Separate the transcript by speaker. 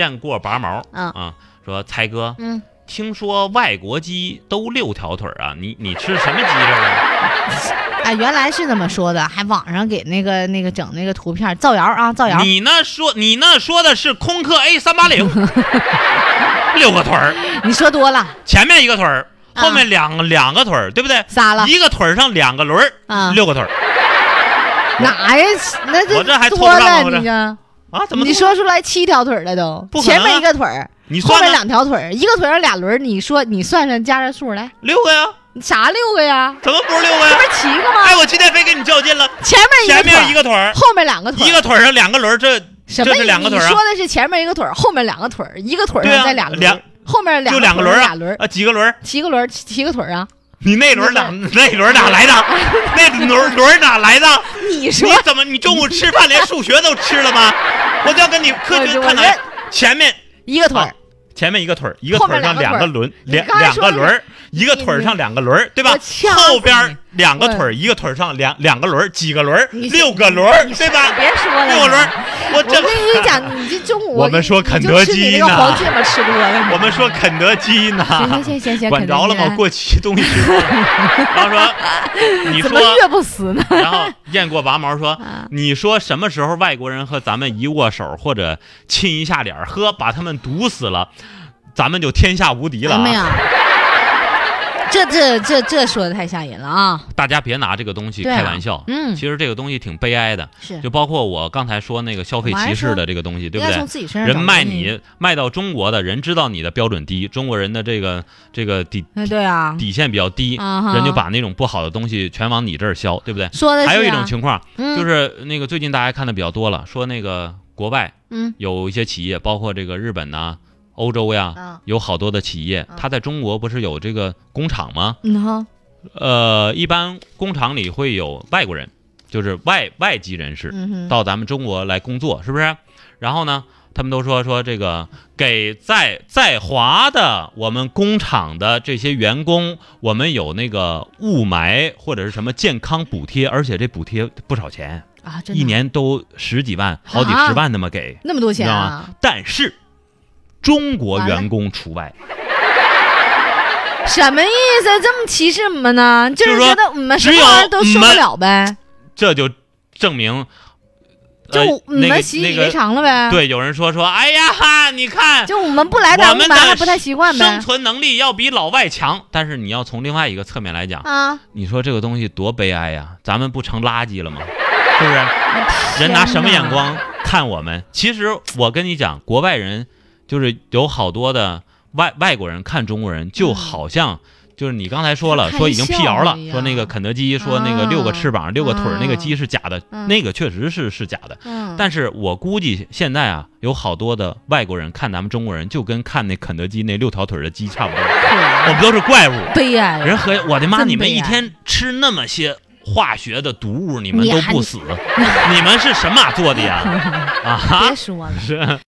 Speaker 1: 雁过拔毛
Speaker 2: 嗯
Speaker 1: 啊，说才哥，
Speaker 2: 嗯，
Speaker 1: 听说外国鸡都六条腿儿啊，你你吃什么鸡这了？
Speaker 2: 哎，原来是这么说的，还网上给那个那个整那个图片造谣啊，造谣。
Speaker 1: 你那说你那说的是空客 A 三八 零，六个腿儿，
Speaker 2: 你说多了，
Speaker 1: 前面一个腿儿，
Speaker 2: 啊
Speaker 1: 后面两个、两个腿儿，对不对？
Speaker 2: 仨了
Speaker 1: 一个腿儿上两个轮儿，
Speaker 2: 啊
Speaker 1: 六个腿儿
Speaker 2: 哪呀？那
Speaker 1: 我这还凑不
Speaker 2: 多
Speaker 1: 上
Speaker 2: 了，
Speaker 1: 我这
Speaker 2: 你这
Speaker 1: 啊？怎么
Speaker 2: 你说出来七条腿了都
Speaker 1: 不，可能
Speaker 2: 前
Speaker 1: 啊
Speaker 2: 面一个腿儿，
Speaker 1: 你
Speaker 2: 后
Speaker 1: 算
Speaker 2: 面
Speaker 1: 呢？
Speaker 2: 两条腿儿，一个腿上俩轮儿，你说你算算加上数来，
Speaker 1: 六个呀？
Speaker 2: 啥六个呀？
Speaker 1: 怎么不是六个
Speaker 2: 这
Speaker 1: 呀
Speaker 2: 不？是七个吗？
Speaker 1: 哎，我今天非跟你较劲了，
Speaker 2: 前面哎
Speaker 1: 前
Speaker 2: 一个腿
Speaker 1: 面一
Speaker 2: 儿，
Speaker 1: 个腿儿，
Speaker 2: 后面两个腿儿，
Speaker 1: 一个腿儿上两个轮儿，这
Speaker 2: 什么
Speaker 1: 这
Speaker 2: 意
Speaker 1: 是
Speaker 2: 思？
Speaker 1: 两个腿儿啊
Speaker 2: 你说的是前面一个腿儿，后面两个腿儿，一个腿儿
Speaker 1: 对啊
Speaker 2: 上再俩轮儿，
Speaker 1: 两
Speaker 2: 后面
Speaker 1: 就
Speaker 2: 两
Speaker 1: 两
Speaker 2: 个
Speaker 1: 个
Speaker 2: 腿
Speaker 1: 轮
Speaker 2: 儿
Speaker 1: 儿
Speaker 2: 俩轮儿，
Speaker 1: 啊几个轮儿？
Speaker 2: 七个轮儿七七个腿儿啊！
Speaker 1: 你那轮儿哪那轮儿哪来的？那轮儿轮儿哪 来的？
Speaker 2: 你说
Speaker 1: 你怎么你中午吃饭连数学都吃了吗？我就要跟你科学
Speaker 2: 我
Speaker 1: 探讨一下
Speaker 2: 我
Speaker 1: 前面
Speaker 2: 一个腿儿
Speaker 1: 啊，前面一个腿儿，一个
Speaker 2: 后
Speaker 1: 腿儿
Speaker 2: 面
Speaker 1: 上两
Speaker 2: 两
Speaker 1: 个
Speaker 2: 个腿
Speaker 1: 轮，
Speaker 2: 你
Speaker 1: 两
Speaker 2: 刚才
Speaker 1: 两
Speaker 2: 说
Speaker 1: 个
Speaker 2: 的
Speaker 1: 轮儿，一个腿儿上两个轮儿，对吧
Speaker 2: 我掐？死
Speaker 1: 后
Speaker 2: 你
Speaker 1: 边儿两个
Speaker 2: 嗯
Speaker 1: 腿儿，一个腿儿上两两个轮儿，几个轮儿？
Speaker 2: 你
Speaker 1: 六个轮儿，
Speaker 2: 你
Speaker 1: 对 吧？
Speaker 2: 别说了，
Speaker 1: 六个轮儿，我
Speaker 2: 我跟
Speaker 1: 这
Speaker 2: 你讲，你这中午
Speaker 1: 我们说肯德基呢
Speaker 2: 你就吃你那个黄芥末吃多了，你
Speaker 1: 我们说肯德基呢，
Speaker 2: 行行行行行，
Speaker 1: 管着了吗？
Speaker 2: 肯德基
Speaker 1: 过期东西吃多了。然后说，你
Speaker 2: 怎么
Speaker 1: 说，
Speaker 2: 越不死呢？
Speaker 1: 然后雁过拔毛说
Speaker 2: 啊，
Speaker 1: 你说什么时候外国人和咱们一握手或者亲一下脸儿，呵，把他们毒死了，咱们就天下无敌了
Speaker 2: 没
Speaker 1: 啊！
Speaker 2: 有，这这这这说的太吓人了啊！
Speaker 1: 大家别拿这个东西
Speaker 2: 对啊
Speaker 1: 开玩笑，
Speaker 2: 嗯
Speaker 1: 其实这个东西挺悲哀的，
Speaker 2: 是，
Speaker 1: 就包括我刚才说那个消费歧视的这个东西，对
Speaker 2: 应
Speaker 1: 不
Speaker 2: 该
Speaker 1: 对
Speaker 2: 从？自己身上
Speaker 1: 人
Speaker 2: 找
Speaker 1: 卖
Speaker 2: 原因，
Speaker 1: 你卖到中国的人知道你的标准低，中国人的这个这个底
Speaker 2: 哎，对啊，
Speaker 1: 底线比较低，
Speaker 2: 啊哈
Speaker 1: 人就把那种不好的东西全往你这儿销，对不对？
Speaker 2: 说的是啊
Speaker 1: 还有一种情况
Speaker 2: 嗯
Speaker 1: 就是那个最近大家看的比较多了，说那个国外
Speaker 2: 嗯
Speaker 1: 有一些企业，包括这个日本呐、欧洲呀，
Speaker 2: 啊
Speaker 1: 有好多的企业
Speaker 2: 嗯，
Speaker 1: 它在中国不是有这个工厂吗？
Speaker 2: 嗯哼
Speaker 1: 呃，一般工厂里会有外国人，就是外外籍人士
Speaker 2: 嗯哼
Speaker 1: 到咱们中国来工作，是不是？然后呢，他们都说说这个给在在华的我们工厂的这些员工，我们有那个雾霾或者是什么健康补贴，而且这补贴不少钱，
Speaker 2: 啊，真的
Speaker 1: 一年都十几万、好几十万那么给，
Speaker 2: 那么多钱
Speaker 1: 你知道
Speaker 2: 啊
Speaker 1: 吗？？但是中国
Speaker 2: 完了
Speaker 1: 员工除外。
Speaker 2: 什么意思？这么歧视我们呢？就
Speaker 1: 就是是
Speaker 2: 觉
Speaker 1: 说
Speaker 2: 得我们什
Speaker 1: 只
Speaker 2: 么
Speaker 1: 有
Speaker 2: 玩意儿都受
Speaker 1: 我
Speaker 2: 不
Speaker 1: 们
Speaker 2: 了呗，
Speaker 1: 这就证明，
Speaker 2: 就
Speaker 1: 呃
Speaker 2: 我
Speaker 1: 那
Speaker 2: 们
Speaker 1: 个
Speaker 2: 习以
Speaker 1: 那
Speaker 2: 为
Speaker 1: 个
Speaker 2: 常了呗。
Speaker 1: 对，有人说说，哎呀哈，你看
Speaker 2: 就我们不来
Speaker 1: 我
Speaker 2: 咱们
Speaker 1: 们
Speaker 2: 玩还
Speaker 1: 的
Speaker 2: 不太习惯呗
Speaker 1: 生。存能力要比老外强，但是你要从另外一个侧面来讲，
Speaker 2: 啊，
Speaker 1: 你说这个东西多悲哀呀、咱们不成垃圾了吗？是不是？人拿什么眼光看我们？其实我跟你讲，国外人就是有好多的外外国人看中国人，就好像。就是你刚才说了，
Speaker 2: 嗯看
Speaker 1: 说已经辟谣
Speaker 2: 笑
Speaker 1: 了
Speaker 2: 一，样
Speaker 1: 说那个肯德基，说那个六个翅膀、六个腿儿
Speaker 2: 啊
Speaker 1: 那个鸡是假的，
Speaker 2: 嗯
Speaker 1: 那个确实是是假的。
Speaker 2: 天哪？
Speaker 1: 但是我估计现在啊，有好多的外国人看咱们中国人，就跟看那肯德基那六条腿儿的鸡差不多，
Speaker 2: 嗯，
Speaker 1: 我们都是怪物。
Speaker 2: 悲哀了。
Speaker 1: 人和我的妈，
Speaker 2: 真
Speaker 1: 你们
Speaker 2: 悲
Speaker 1: 一
Speaker 2: 哀
Speaker 1: 天吃那么些化学的毒物，你们
Speaker 2: 你
Speaker 1: 都
Speaker 2: 还
Speaker 1: 不死，你们是神马做的呀？啊哈！
Speaker 2: 别说了。